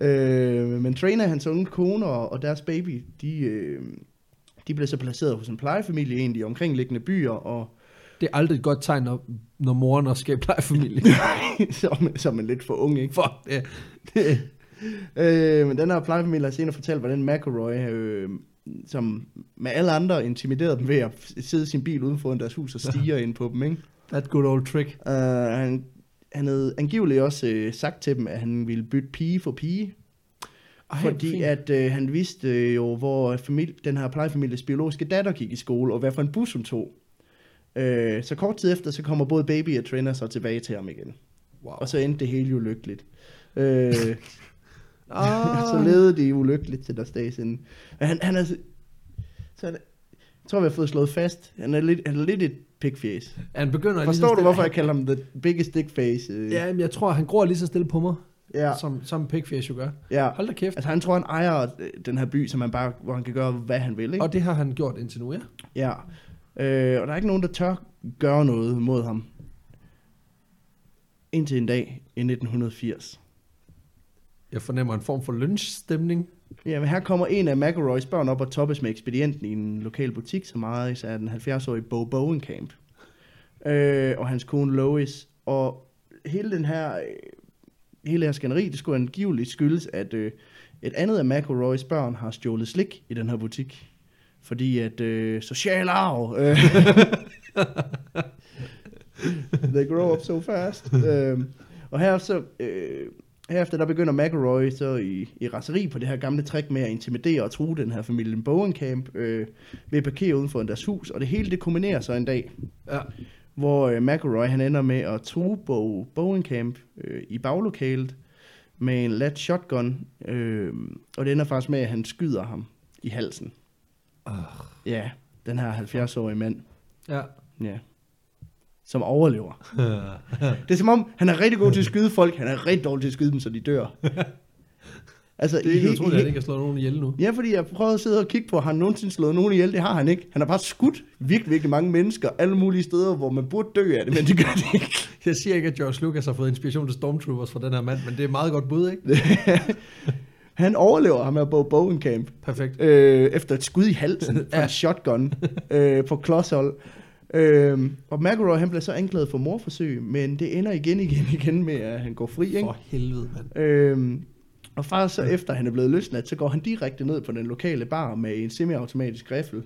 Speaker 2: øh, men Trainer, hans unge kone og, og deres baby, de, øh, de blev så placeret hos en plejefamilie egentlig i omkringliggende byer, og
Speaker 1: Det er aldrig et godt tegn, når, når moren også skal pleje familie.
Speaker 2: som, som er lidt for ung, ikke?
Speaker 1: Fuck det.
Speaker 2: øh, men den her plejefamilie har senere fortalt, hvordan McElroy, øh, som med alle andre intimiderede dem ved at sidde i sin bil uden for deres hus og stiger ind på dem, ikke?
Speaker 1: That good old trick.
Speaker 2: Uh, han, han havde angiveligt også øh, sagt til dem, at han ville bytte pige for pige. Ej, fordi
Speaker 1: fint.
Speaker 2: at øh, han vidste øh, jo, hvor familie, den her plejefamilies biologiske datter gik i skole, og hvad for en bus hun tog. Øh, så kort tid efter, så kommer både baby og trainer så tilbage til ham igen.
Speaker 1: Wow.
Speaker 2: Og så endte det hele jo lykkeligt. Øh,
Speaker 1: Ah.
Speaker 2: så levede de ulykkeligt til deres dag siden. Men han, han er... Så, så han, jeg tror, vi har fået slået fast. Han er lidt, han er lidt et pikfjæs.
Speaker 1: Ah. Han begynder lige så
Speaker 2: Forstår du,
Speaker 1: stille-
Speaker 2: hvorfor jeg kalder ham the biggest dick face? øh?
Speaker 1: Ja, men jeg tror, han gror lige så stille på mig,
Speaker 2: ja.
Speaker 1: ja. som, som Pigfish jo gør.
Speaker 2: ja.
Speaker 1: Hold da kæft.
Speaker 2: Altså, han tror, han ejer øh, den her by, som han bare, hvor han kan gøre, hvad han vil, ikke?
Speaker 1: Og det har han gjort indtil nu, ja.
Speaker 2: Ja. Øh, og der er ikke nogen, der tør gøre noget mod ham. Indtil en dag i 1980.
Speaker 1: Jeg fornemmer en form for lynchstemning.
Speaker 2: Jamen, her kommer en af McElroys børn op og toppes med ekspedienten i en lokal butik, som ejes af den 70-årige Bo Bowenkamp. Øh, og hans kone Lois. Og hele den her, øh, hele det her skænderi, det skulle angiveligt skyldes, at øh, et andet af McElroys børn har stjålet slik i den her butik. Fordi at øh, social arv. Øh, they grow up so fast. Øh, og her så... Øh, Herefter der begynder McElroy så i, i raseri på det her gamle trick med at intimidere og true den her familie Bowenkamp øh, ved at parkere uden for deres hus, og det hele det kombinerer så en dag,
Speaker 1: Ja.
Speaker 2: hvor øh, McElroy han ender med at true Bo Bowenkamp øh, i baglokalet med en let shotgun, øh, og det ender faktisk med, at han skyder ham i halsen.
Speaker 1: Ah.
Speaker 2: Ja, den her 70-årige mand,
Speaker 1: Ja.
Speaker 2: ja, som overlever. Ah. Det er som om, han er rigtig god til at skyde folk, han er rigtig dårlig til at skyde dem, så de dør. Altså,
Speaker 1: det er ikke
Speaker 2: i-
Speaker 1: utroligt, at
Speaker 2: i-
Speaker 1: han ikke har slået nogen ihjel nu.
Speaker 2: Ja, fordi jeg prøvede at sidde og kigge på, har han nogensinde slået nogen ihjel? Det har han ikke. Han har bare skudt virkelig, virkelig mange mennesker, alle mulige steder, hvor man burde dø af det, men det gør det ikke.
Speaker 1: Jeg siger ikke, at George Lucas har fået inspiration til Stormtroopers fra den her mand, men det er et meget godt bud, ikke?
Speaker 2: Han overlever ham her på Bowenkamp,
Speaker 1: Perfekt.
Speaker 2: øh, efter et skud i halsen fra en shotgun øh, på klodshold. Øh, og McElroy, han bliver så anklaget for morforsøg, men det ender igen, igen, igen med, at han går fri, ikke?
Speaker 1: For helvede, mand.
Speaker 2: Øhm, og faktisk så efter han er blevet løsladt, så går han direkte ned på den lokale bar med en semiautomatisk riffel,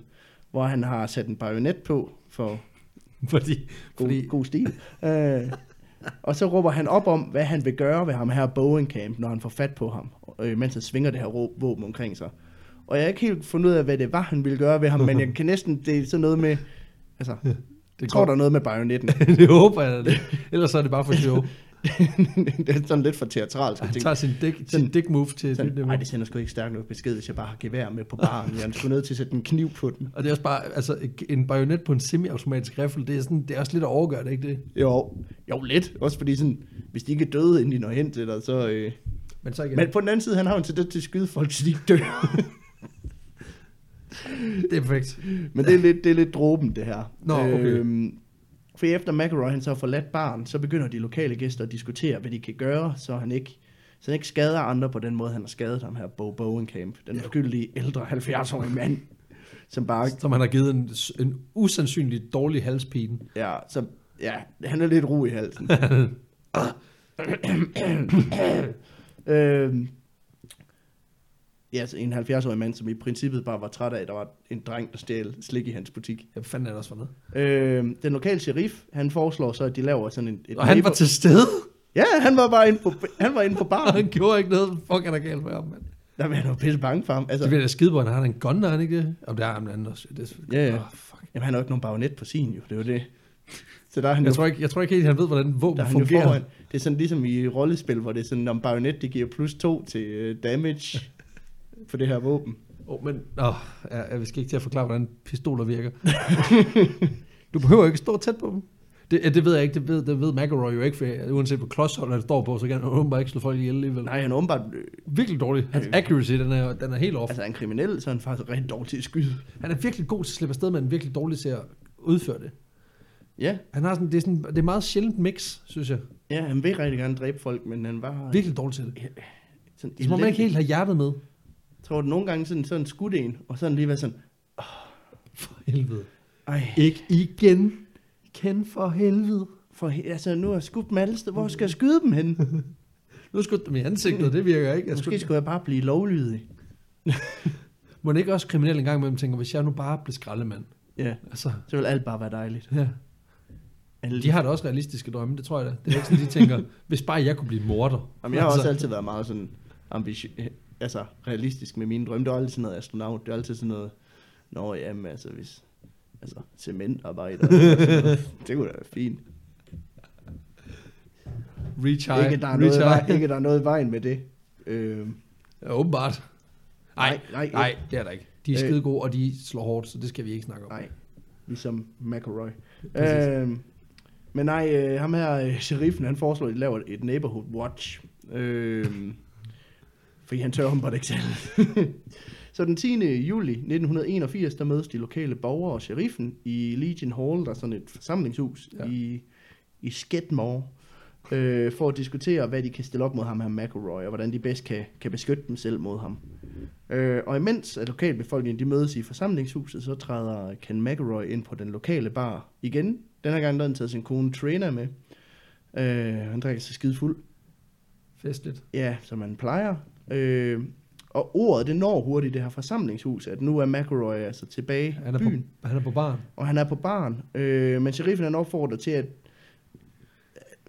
Speaker 2: hvor han har sat en bajonet på for
Speaker 1: Fordi,
Speaker 2: god,
Speaker 1: fordi
Speaker 2: Fordi... god stil. øh, og så råber han op om, hvad han vil gøre ved ham her Bowenkamp, når han får fat på ham, øh, mens han svinger det her rå- våben omkring sig. Og jeg har ikke helt fundet ud af, hvad det var, han ville gøre ved ham, men jeg kan næsten, det er sådan noget med, altså,
Speaker 1: det
Speaker 2: jeg tror,
Speaker 1: går,
Speaker 2: der er noget med bajonetten.
Speaker 1: det håber jeg da det. Ellers så er det bare for sjov.
Speaker 2: det er sådan lidt for teatralt.
Speaker 1: Han tager sin dick, sin dick move til et nyt
Speaker 2: Sådan,
Speaker 1: niveau.
Speaker 2: Ej, det sender sgu ikke stærkt nok besked, hvis jeg bare har gevær med på baren. Jeg er sgu nødt til at sætte en kniv på den.
Speaker 1: Og det er også bare, altså en bajonet på en semiautomatisk rifle, det er, sådan, det er også lidt at overgøre det, ikke det?
Speaker 2: Jo, jo lidt. Også fordi sådan, hvis de ikke er døde, inden de når hen til dig, så... Øh...
Speaker 1: Men så igen,
Speaker 2: Men på den anden side, han har jo en tendens til at skyde folk, så de ikke dør.
Speaker 1: det er perfekt.
Speaker 2: Men det er lidt, det er lidt dråben, det her.
Speaker 1: Nå, okay.
Speaker 2: Øhm, for efter McElroy han så har forladt baren, så begynder de lokale gæster at diskutere, hvad de kan gøre, så han ikke, så han ikke skader andre på den måde, han har skadet ham her, Bo Bowenkamp. Den skyldige ældre 70-årige mand, som bare
Speaker 1: Som han har givet en, en usandsynlig dårlig halspine.
Speaker 2: Ja, så ja, han er lidt ro i halsen. øhm, ja, altså en 70-årig mand, som i princippet bare var træt af, at der var en dreng, der stjal slik i hans butik.
Speaker 1: Jeg fandt han også for noget.
Speaker 2: Øhm, den lokale sheriff, han foreslår så, at de laver sådan en... Et
Speaker 1: Og han var til stede,
Speaker 2: Ja, han var bare inde på, han var inde på
Speaker 1: og
Speaker 2: baren.
Speaker 1: han gjorde ikke noget. Fuck, han er galt med ham, mand.
Speaker 2: Der var han jo pisse bange for ham. Altså,
Speaker 1: Det bliver da skide på, han har en gun, har han ikke det? Om det er ham, han også. Det er,
Speaker 2: Ja, ja.
Speaker 1: Oh, fuck.
Speaker 2: jamen, han har jo ikke nogen bajonet på sin, jo. Det er jo det. Så der er han
Speaker 1: Jeg
Speaker 2: jo
Speaker 1: tror ikke, jeg tror ikke helt, han ved, hvordan
Speaker 2: der
Speaker 1: våben
Speaker 2: er han jo
Speaker 1: fungerer.
Speaker 2: foran. Det er sådan ligesom i rollespil, hvor det er sådan, om bajonet, det giver plus 2 til uh, damage for det her våben.
Speaker 1: Oh, men, oh, ja, jeg skal ikke til at forklare, hvordan pistoler virker. du behøver ikke stå tæt på dem. Det, ja, det ved jeg ikke, det ved, det ved McElroy jo ikke, for uanset hvor klodshold han står på, så kan han åbenbart ikke slå folk ihjel alligevel.
Speaker 2: Nej, han er åbenbart, øh,
Speaker 1: Virkelig dårlig. Hans
Speaker 2: Øh.
Speaker 1: accuracy, den er, den er helt off.
Speaker 2: altså han er en kriminel, så er han faktisk rigtig dårlig til at skyde.
Speaker 1: Han er virkelig god til at slippe afsted, men virkelig dårlig til at udføre det.
Speaker 2: Ja,
Speaker 1: Han har sådan, det, er sådan, det er meget sjældent mix, synes jeg.
Speaker 2: ja, han vil rigtig gerne dræbe folk, men han var...
Speaker 1: Virkelig dårlig til det.
Speaker 2: Sådan
Speaker 1: Det er som om man ikke helt har hjertet med.
Speaker 2: Jeg tror, at nogle gange sådan, sådan skudt en, og sådan lige være sådan,
Speaker 1: For helvede.
Speaker 2: ej,
Speaker 1: Ikke igen. Ken for helvede.
Speaker 2: for, he- altså nu har jeg skudt dem alle steder. Hvor skal jeg skyde dem hen?
Speaker 1: Nu skød dem i ansigtet, det virker ikke. Jeg
Speaker 2: Mm. Måske
Speaker 1: skulle...
Speaker 2: skulle jeg bare blive lovlydig.
Speaker 1: Må det ikke også kriminelle en gang imellem tænker, hvis jeg nu bare blev skraldemand?
Speaker 2: Ja,
Speaker 1: Altså,
Speaker 2: så vil alt bare være dejligt.
Speaker 1: ja.
Speaker 2: Alle
Speaker 1: De har da også realistiske drømme, det tror jeg da. Det er ikke sådan, de tænker, hvis bare jeg kunne blive morder. Altså,
Speaker 2: Jamen, jeg har også altid været meget sådan ambitiøs, altså realistisk med mine drømme. Det var altid sådan noget astronaut, det var altid sådan noget, nå jamen altså hvis, altså cementarbejder, eller Altså, sådan noget. det kunne da være fint.
Speaker 1: Reach high.
Speaker 2: Ikke der, er
Speaker 1: reach
Speaker 2: noget, i vej-
Speaker 1: high.
Speaker 2: ikke der er noget i vejen med det. Øh,
Speaker 1: Ja, åbenbart. Nej,
Speaker 2: nej,
Speaker 1: nej, det er der ikke. De er
Speaker 2: Øh.
Speaker 1: skide gode, og de slår hårdt, så det skal vi ikke snakke om.
Speaker 2: nej. Ligesom McElroy.
Speaker 1: Præcis.
Speaker 2: Øh, men nej, øh, ham her, øh, sheriffen, han foreslår, at de laver et neighborhood watch. Øh, fordi han tør åbenbart ikke selv. Så den 10. juli 1981, der mødes de lokale borgere og sheriffen i Legion Hall, der er sådan et forsamlingshus
Speaker 1: Ja.
Speaker 2: ja. i, i Skidmore, øh, for at diskutere, hvad de kan stille op mod ham her McElroy, og hvordan de bedst kan, kan beskytte dem selv mod ham. Øh, og imens at lokalbefolkningen de mødes i forsamlingshuset, så træder Ken McElroy ind på den lokale bar igen. Den her gang der har han taget sin kone Trina med. Øh, han drikker sig skide fuld.
Speaker 1: Festligt.
Speaker 2: Ja, som man plejer. Øh, og ordet, det når hurtigt det her forsamlingshus, at nu er McElroy altså tilbage
Speaker 1: Han
Speaker 2: i
Speaker 1: er,
Speaker 2: byen,
Speaker 1: på, han er på baren.
Speaker 2: og han er på baren. Øh, men sheriffen han opfordrer til, at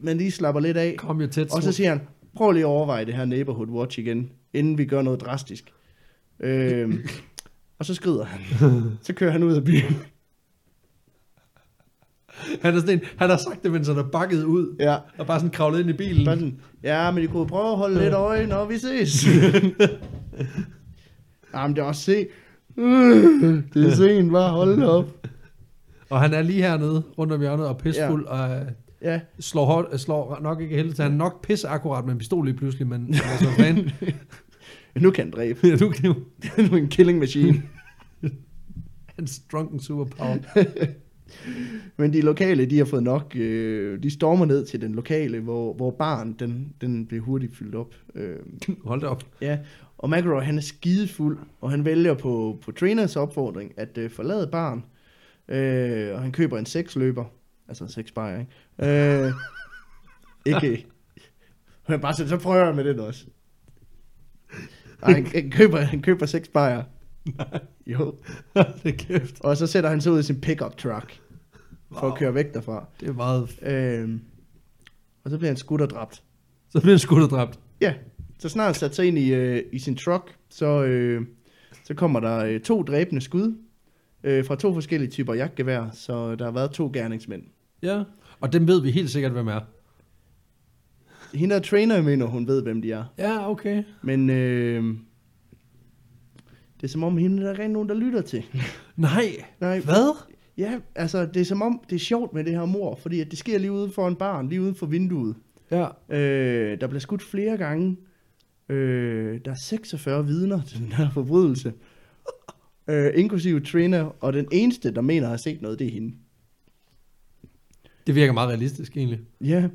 Speaker 2: man lige slapper lidt af,
Speaker 1: Kom jo tæt.
Speaker 2: og så siger han, prøv lige at overveje det her neighborhood watch igen, inden vi gør noget drastisk. Øh, og så skrider han. Så kører han ud af byen.
Speaker 1: han, er sådan en, han har sagt det, mens han er bakket ud,
Speaker 2: Ja.
Speaker 1: og bare sådan kravlet ind i bilen.
Speaker 2: Bare sådan, ja, men I kunne prøve at holde lidt øje, når vi ses. Jamen, det er også se. Øh, Det er sent, bare hold da op.
Speaker 1: Og han er lige hernede, rundt om hjørnet, og pissfuld, ja. og øh,
Speaker 2: Ja,
Speaker 1: slår, hårdt, øh, slår nok ikke heldigt. Han er nok pisse akkurat med en pistol lige pludselig, men altså, han er så fan.
Speaker 2: nu kan han dræbe.
Speaker 1: Ja, du kniv.
Speaker 2: nu er en killing machine.
Speaker 1: Hans drunken superpower.
Speaker 2: Men de lokale, de har fået nok. Øh, de stormer ned til den lokale, hvor, hvor barn, den, den bliver hurtigt fyldt op. Øh,
Speaker 1: Hold da op.
Speaker 2: ja, og McElroy, han er skidefuld, og han vælger på, på trainers opfordring at øh, forlade barn. Øh, og han køber en seksløber. Altså en seksbajer, ikke? Øh, ikke... Han bare sådan, så prøver jeg med den også. Ej, han, han, køber, han køber seks bajer. Jo.
Speaker 1: det er kæft.
Speaker 2: Og så sætter han sig ud i sin pickup truck for
Speaker 1: Wow.
Speaker 2: at køre væk derfra.
Speaker 1: Det er meget...
Speaker 2: Øhm, og så bliver han skudt og dræbt.
Speaker 1: Så bliver han skudt og dræbt.
Speaker 2: Ja, så snart han satte sig ind i, øh, i sin truck, så, øh, så kommer der øh, to dræbende skud øh, fra to forskellige typer jagtgevær, så der har været to gerningsmænd.
Speaker 1: Ja. Og dem ved vi helt sikkert, hvem er.
Speaker 2: Hende er trainer, mener hun ved, hvem de er.
Speaker 1: Ja, okay.
Speaker 2: Men øh, det er som om, hende der er rent nogen, der lytter til.
Speaker 1: Nej.
Speaker 2: Nej,
Speaker 1: Hvad?
Speaker 2: ja, altså det er som om, det er sjovt med det her mor, fordi at det sker lige uden for en barn, lige uden for vinduet.
Speaker 1: Ja.
Speaker 2: Øh, der bliver skudt flere gange. Øh, der er 46 vidner til den her forbrydelse. Øh, inklusive Trina, og den eneste, der mener at have set noget, det er hende.
Speaker 1: Det virker meget realistisk, egentlig.
Speaker 2: Ja.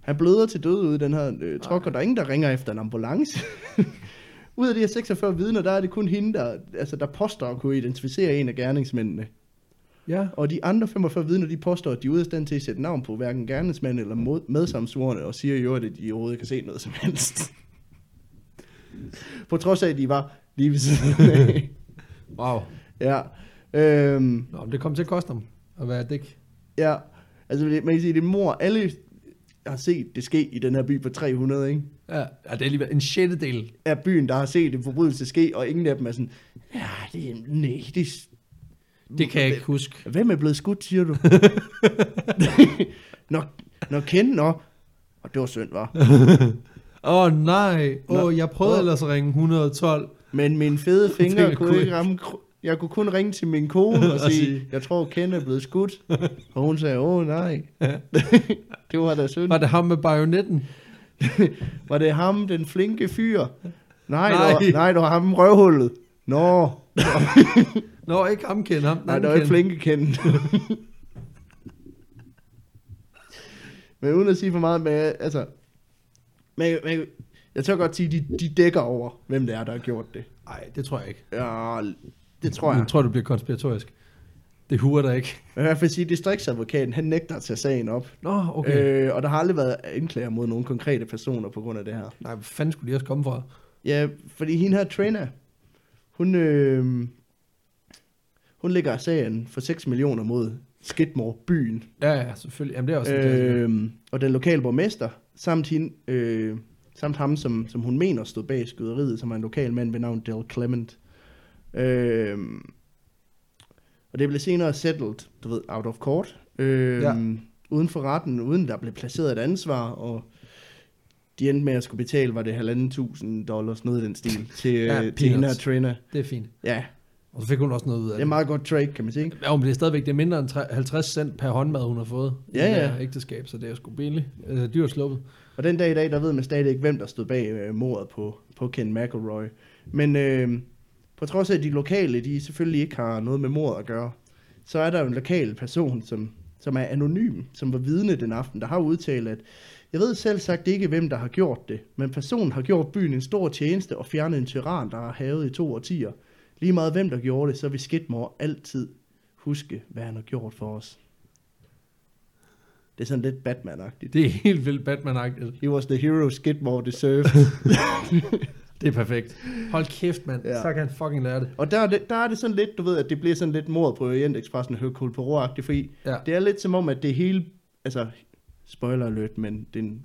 Speaker 2: Han bløder til døde ude i den her øh, truck, og der er ingen, der ringer efter en ambulance. ud af de her 46 vidner, der er det kun hende, der, altså, der påstår at kunne identificere en af gerningsmændene.
Speaker 1: Ja.
Speaker 2: Og de andre 45 vidner, de påstår, at de er ude af stand til at sætte navn på hverken gerningsmanden eller mod, medsamsvorene, og siger jo, at de overhovedet ikke kan se noget som helst. på trods af, at de var lige ved siden af.
Speaker 1: Wow.
Speaker 2: ja. Øhm,
Speaker 1: Nå, men det kom til at koste ham at være dæk.
Speaker 2: ja. Altså, det- man kan sige, det er mor. Alle har set det ske i den her by på 300, ikke?
Speaker 1: Ja, ja det er alligevel en sjettedel.
Speaker 2: Er byen, der har set en forbrydelse ske, og ingen af dem er sådan, ja, det, nej, det,
Speaker 1: Det kan jeg ikke huske.
Speaker 2: Hvem er blevet skudt, siger du? når, når Ken, når... Og det var synd, var.
Speaker 1: Åh oh, nej, åh,
Speaker 2: Nå.
Speaker 1: oh, jeg prøvede
Speaker 2: Åh.
Speaker 1: ellers at ringe 112.
Speaker 2: Men mine fede fingre
Speaker 1: Fingre
Speaker 2: kunne
Speaker 1: kunne
Speaker 2: ikke ramme... kro- Jeg kunne kun ringe til min kone og
Speaker 1: Og
Speaker 2: sige,
Speaker 1: sige-
Speaker 2: jeg tror, Ken er blevet skudt. Og hun sagde, åh nej. det var da synd.
Speaker 1: Var det ham med bajonetten?
Speaker 2: Var det ham, den flinke fyr? Nej, nej.
Speaker 1: Nej.
Speaker 2: Det, var, nej det var ham røvhullet. Nå,
Speaker 1: Nå, ikke ham kende ham. den
Speaker 2: nej,
Speaker 1: anden
Speaker 2: det var ikke
Speaker 1: Ken.
Speaker 2: flinke kendt. men uden at sige for meget, men altså... Men, men, jeg tør godt sige, de, de dækker over, hvem det er, der har gjort det.
Speaker 1: Nej, det tror jeg ikke.
Speaker 2: Ja, det tror jeg.
Speaker 1: Jeg tror, det bliver konspiratorisk. Det huer der ikke.
Speaker 2: Jeg vil i hvert fald sige, at distriktsadvokaten, han nægter at tage sagen op.
Speaker 1: Nå, okay. Øh.
Speaker 2: Okay. Øh, og der har aldrig været anklager mod nogle konkrete personer på grund af det her.
Speaker 1: Nej, hvor fanden skulle de også komme fra?
Speaker 2: Ja, fordi hende her, Trina, hun, øh, hun lægger sagen for 6 millioner mod Skidmore, byen.
Speaker 1: Ja, ja, selvfølgelig. Jamen, det er også en klassiker.
Speaker 2: Øh, og den lokale borgmester, samt, hende, øh, samt ham, som, som hun mener stod bag skyderiet, som er en lokal mand ved navn Del Clement. Øh, og det blev senere settled, du ved, out of court, øh,
Speaker 1: Ja.
Speaker 2: ja. uden for retten, uden der blev placeret et ansvar, og de endte med at skulle betale, var det halvanden tusind dollars, noget i den stil, til,
Speaker 1: Ja,
Speaker 2: ja, til hende og
Speaker 1: peanuts.
Speaker 2: Trina.
Speaker 1: Det er fint.
Speaker 2: Ja,
Speaker 1: Og så fik hun også noget ud af
Speaker 2: det er meget godt trade, kan man sige.
Speaker 1: Ja, men det er stadigvæk det er mindre end tre- 50 cent per håndmad, hun har fået i
Speaker 2: Ja,
Speaker 1: det
Speaker 2: ja.
Speaker 1: her ægteskab, så det er jo sgu billigt. Øh, dyrt sluppet.
Speaker 2: Og den dag i dag, der ved man stadig ikke, hvem der stod bag øh, mordet på, på Ken McElroy. Men øh, på trods af, at de lokale, de selvfølgelig ikke har noget med mordet at gøre, så er der jo en lokal person, som, som er anonym, som var vidne den aften, der har udtalt, at jeg ved selv sagt ikke, hvem der har gjort det, men personen har gjort byen en stor tjeneste og fjernet en tyran, der har havet i to årtier. Lige meget hvem der gjorde det, så vil Skidmore altid huske, hvad han har gjort for os. Det er sådan lidt Batman-agtigt.
Speaker 1: Det er helt vildt Batman-agtigt.
Speaker 2: He was the hero Skidmore deserved.
Speaker 1: Det er perfekt. Hold kæft, mand.
Speaker 2: Ja.
Speaker 1: Ja. Så kan han fucking lære det.
Speaker 2: og der er, det, der er det sådan lidt, du ved, at det bliver sådan lidt mord på Orient Expressen og Hercule Poirot-agtigt, fordi
Speaker 1: Ja.
Speaker 2: det er lidt som om, at det hele, altså, spoiler alert, men det er en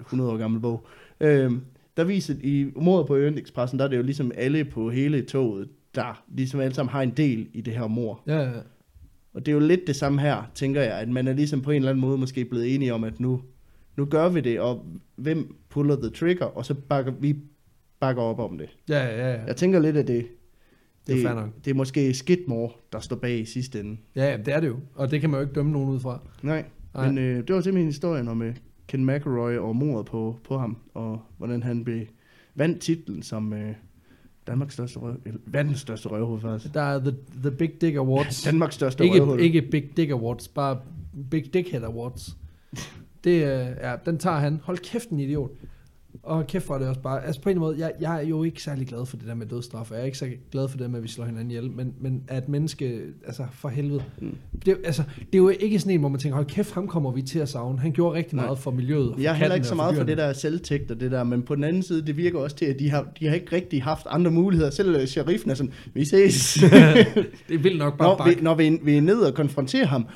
Speaker 2: 100 år gammel bog, øhm, der viser, i mordet på Orient Expressen, der er det jo ligesom alle på hele toget, der ligesom alle sammen har en del i det her mor.
Speaker 1: Ja, ja.
Speaker 2: Og det er jo lidt det samme her, tænker jeg, at man er ligesom på en eller anden måde måske blevet enige om, at nu, nu gør vi det, og hvem puller the trigger, og så bakker vi bakker op om det.
Speaker 1: Ja, ja, ja.
Speaker 2: Jeg tænker lidt, at det,
Speaker 1: Det er
Speaker 2: det,
Speaker 1: fair nok.
Speaker 2: det er måske Skidmore, der står bag i sidste ende.
Speaker 1: Ja, ja, det er det jo. Og det kan man jo ikke dømme nogen ud fra.
Speaker 2: Nej,
Speaker 1: Nej.
Speaker 2: Nej. men øh, det var simpelthen historien om øh, Ken McElroy og mordet på, på ham, og hvordan han blev, vandt titlen som øh, Danmarks største røv, eller verdens største røvhul faktisk.
Speaker 1: Der er The, the Big Dick Awards.
Speaker 2: Danmarks største ikke, røvhul.
Speaker 1: ikke,
Speaker 2: Ikke.
Speaker 1: ikke Big Dick Awards, bare Big Dickhead Awards. Det, øh, ja, den tager han. Hold kæft, en idiot. Og kæft for det også bare. Altså på en måde, jeg, jeg er jo ikke særlig glad for det der med dødsstraf, og jeg er ikke særlig glad for det med, at vi slår hinanden ihjel, men, men at menneske, altså for helvede.
Speaker 2: Mm.
Speaker 1: Det, er- altså, det er jo ikke sådan en, hvor man tænker, hold kæft, ham kommer vi til at savne. Han gjorde rigtig
Speaker 2: Nej.
Speaker 1: meget for miljøet. Og for
Speaker 2: Jeg er heller
Speaker 1: kattene
Speaker 2: ikke så
Speaker 1: og
Speaker 2: meget for
Speaker 1: dyrene.
Speaker 2: det der selvtægt og det der, men på den anden side, det virker også til, at de har, de har ikke rigtig haft andre muligheder. Selv øh, sheriffen er sådan, vi ses,
Speaker 1: det er vildt nok bare
Speaker 2: når,
Speaker 1: bak.
Speaker 2: vi, når vi, vi er nede og konfronterer ham.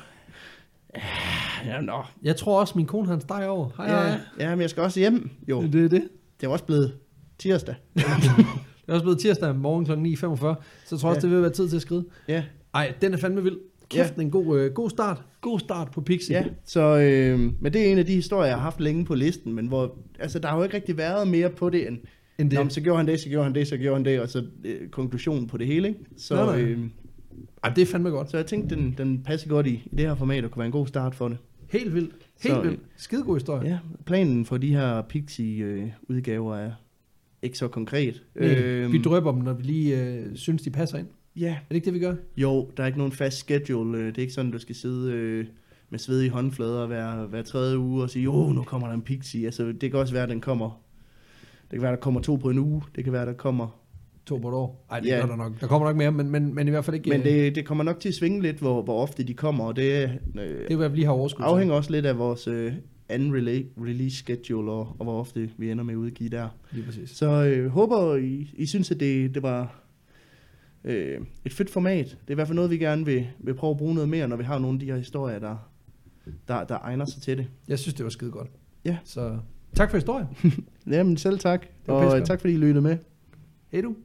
Speaker 2: Ja, nå.
Speaker 1: Jeg tror også, min kone har en steg over. Hej, hej.
Speaker 2: Ja, ja, men jeg skal også hjem. Jo,
Speaker 1: Det er det.
Speaker 2: Det er jo også blevet tirsdag.
Speaker 1: Det er også blevet tirsdag morgen kl. 9.45, så jeg tror også,
Speaker 2: Ja.
Speaker 1: det vil være tid til at skride.
Speaker 2: Ja,
Speaker 1: Ej, den er fandme vild. Kæft, ja. en god, øh, god start. God start på Pixie.
Speaker 2: ja. Så, øh, men det er en af de historier, jeg har haft længe på listen, men hvor, altså, der har jo ikke rigtig været mere på det end,
Speaker 1: End
Speaker 2: det.
Speaker 1: det.
Speaker 2: Nå, men så gjorde han det, så gjorde han det, så gjorde han det, og så øh, konklusionen på det hele, ikke? Så,
Speaker 1: Nej, nej.
Speaker 2: øh,
Speaker 1: Ej, det er fandme godt.
Speaker 2: så jeg tænkte, den, den passer godt i, i det her format, og kunne være en god start for det.
Speaker 1: Helt vildt. Helt
Speaker 2: Så, øh,
Speaker 1: vildt. Skidegod historie.
Speaker 2: Ja, planen for de her Pixie-udgaver er ikke så konkret. Øhm.
Speaker 1: Øh, vi drøber dem, når vi lige øh, synes, de passer ind.
Speaker 2: Ja,
Speaker 1: Er det ikke det, vi gør?
Speaker 2: Jo, der er ikke nogen fast schedule. Øh, Det er ikke sådan, du skal sidde øh, med svedige håndflader hver, hver tredje uge og sige, jo, nu kommer der en pixie. Altså, det kan også være, at den kommer. Det kan være, der kommer to på en uge. Det kan være, der kommer...
Speaker 1: To på et år. Ej, det
Speaker 2: Ja.
Speaker 1: yeah. gør der nok. Der kommer nok mere, men, men, men i hvert fald ikke...
Speaker 2: Men
Speaker 1: øh,
Speaker 2: det, det kommer nok til at svinge lidt, hvor, hvor ofte de kommer, og det øh,
Speaker 1: det er, hvad vi lige har overskud til.
Speaker 2: afhænger også lidt af vores øh, anden rela- release schedule, og, og hvor ofte vi ender med at udgive der.
Speaker 1: Lige præcis.
Speaker 2: Så øh, håber I, I synes, at det, det var øh, et fedt format. Det er i hvert fald noget, vi gerne vil, vil prøve at bruge noget mere, når vi har nogle af de her historier, der, der, der egner sig til det.
Speaker 1: Jeg synes, det var skide godt.
Speaker 2: Ja.
Speaker 1: Så tak for historien.
Speaker 2: Jamen selv tak,
Speaker 1: var
Speaker 2: og
Speaker 1: pissegodt.
Speaker 2: tak fordi I lyttede med.
Speaker 1: Hej du.